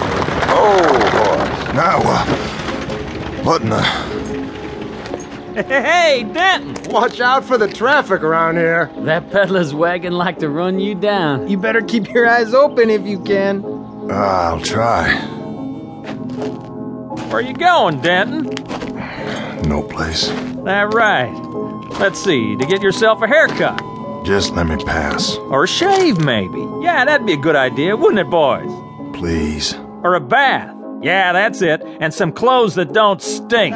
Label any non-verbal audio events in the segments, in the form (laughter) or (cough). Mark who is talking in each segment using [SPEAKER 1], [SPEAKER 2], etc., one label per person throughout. [SPEAKER 1] Oh, boy. Now, uh, what in the...
[SPEAKER 2] Hey, Denton!
[SPEAKER 3] Watch out for the traffic around here.
[SPEAKER 2] That peddler's wagon like to run you down.
[SPEAKER 4] You better keep your eyes open if you can.
[SPEAKER 1] I'll try.
[SPEAKER 2] Where you going, Denton?
[SPEAKER 1] No place.
[SPEAKER 2] That right. Let's see, to get yourself a haircut.
[SPEAKER 1] Just let me pass.
[SPEAKER 2] Or a shave, maybe. Yeah, that'd be a good idea, wouldn't it, boys?
[SPEAKER 1] Please.
[SPEAKER 2] Or a bath. Yeah, that's it. And some clothes that don't stink.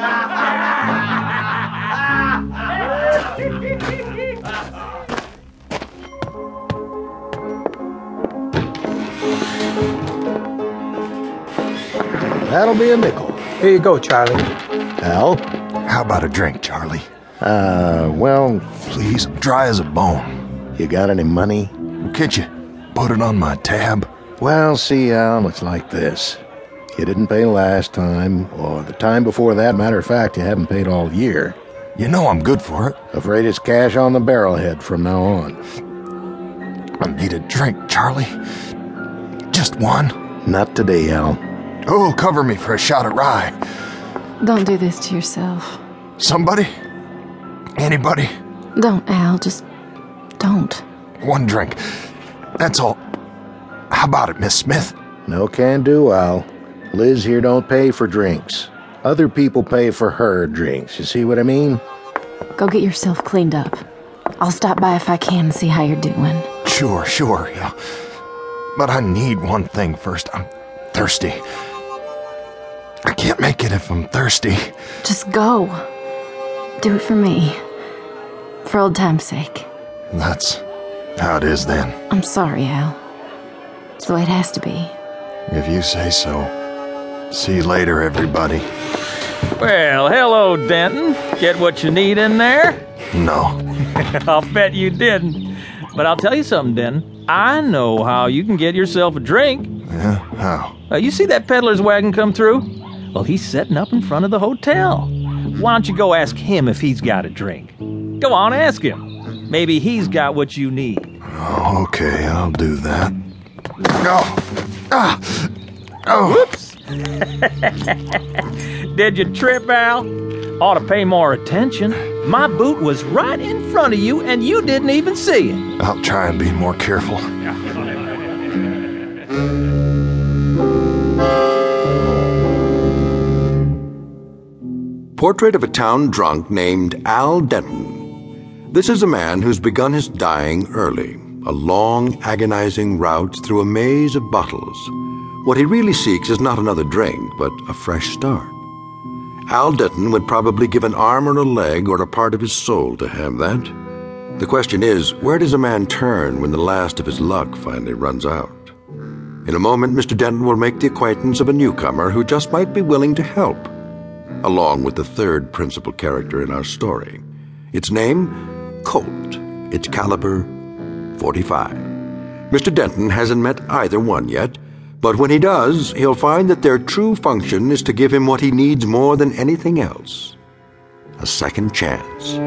[SPEAKER 3] That'll be a nickel. Here you go, Charlie.
[SPEAKER 4] Al?
[SPEAKER 1] How about a drink, Charlie?
[SPEAKER 4] Uh, well,
[SPEAKER 1] Please. Dry as a bone.
[SPEAKER 4] you got any money?
[SPEAKER 1] Can't you put it on my tab?
[SPEAKER 4] Well, see, Al, it's like this. You didn't pay last time, or the time before that. Matter of fact, you haven't paid all year.
[SPEAKER 1] You know I'm good for it.
[SPEAKER 4] Afraid it's cash on the barrelhead from now on.
[SPEAKER 1] I need a drink, Charlie. Just one.
[SPEAKER 4] Not today, Al.
[SPEAKER 1] Who'll cover me for a shot of rye?
[SPEAKER 5] Don't do this to yourself.
[SPEAKER 1] Somebody? Anybody?
[SPEAKER 5] Don't, Al. Just don't.
[SPEAKER 1] One drink. That's all. How about it, Miss Smith?
[SPEAKER 4] No can do, Al. Liz here don't pay for drinks. Other people pay for her drinks. You see what I mean?
[SPEAKER 5] Go get yourself cleaned up. I'll stop by if I can and see how you're doing.
[SPEAKER 1] Sure, sure, yeah. But I need one thing first. I'm thirsty. I can't make it if I'm thirsty.
[SPEAKER 5] Just go. Do it for me. For old time's sake.
[SPEAKER 1] That's how it is then.
[SPEAKER 5] I'm sorry, Al. It's the way it has to be.
[SPEAKER 1] If you say so. See you later, everybody.
[SPEAKER 2] Well, hello, Denton. Get what you need in there? (laughs)
[SPEAKER 1] No.
[SPEAKER 2] I'll bet you didn't. But I'll tell you something, Denton. I know how you can get yourself a drink.
[SPEAKER 1] Yeah, how?
[SPEAKER 2] Uh, you see that peddler's wagon come through? Well, he's setting up in front of the hotel. Why don't you go ask him if he's got a drink? Go on, ask him. Maybe he's got what you need.
[SPEAKER 1] Okay, I'll do that. Oh,
[SPEAKER 2] Whoops! Did you trip, Al? Ought to pay more attention. My boot was right in front of you, and you didn't even see it.
[SPEAKER 1] I'll try and be more careful.
[SPEAKER 6] Portrait of a Town Drunk named Al Denton. This is a man who's begun his dying early, a long, agonizing route through a maze of bottles. What he really seeks is not another drink, but a fresh start. Al Denton would probably give an arm or a leg or a part of his soul to have that. The question is, where does a man turn when the last of his luck finally runs out? In a moment, Mr. Denton will make the acquaintance of a newcomer who just might be willing to help along with the third principal character in our story. Its name, Colt. Its caliber, 45. Mr. Denton hasn't met either one yet, but when he does, he'll find that their true function is to give him what he needs more than anything else a second chance.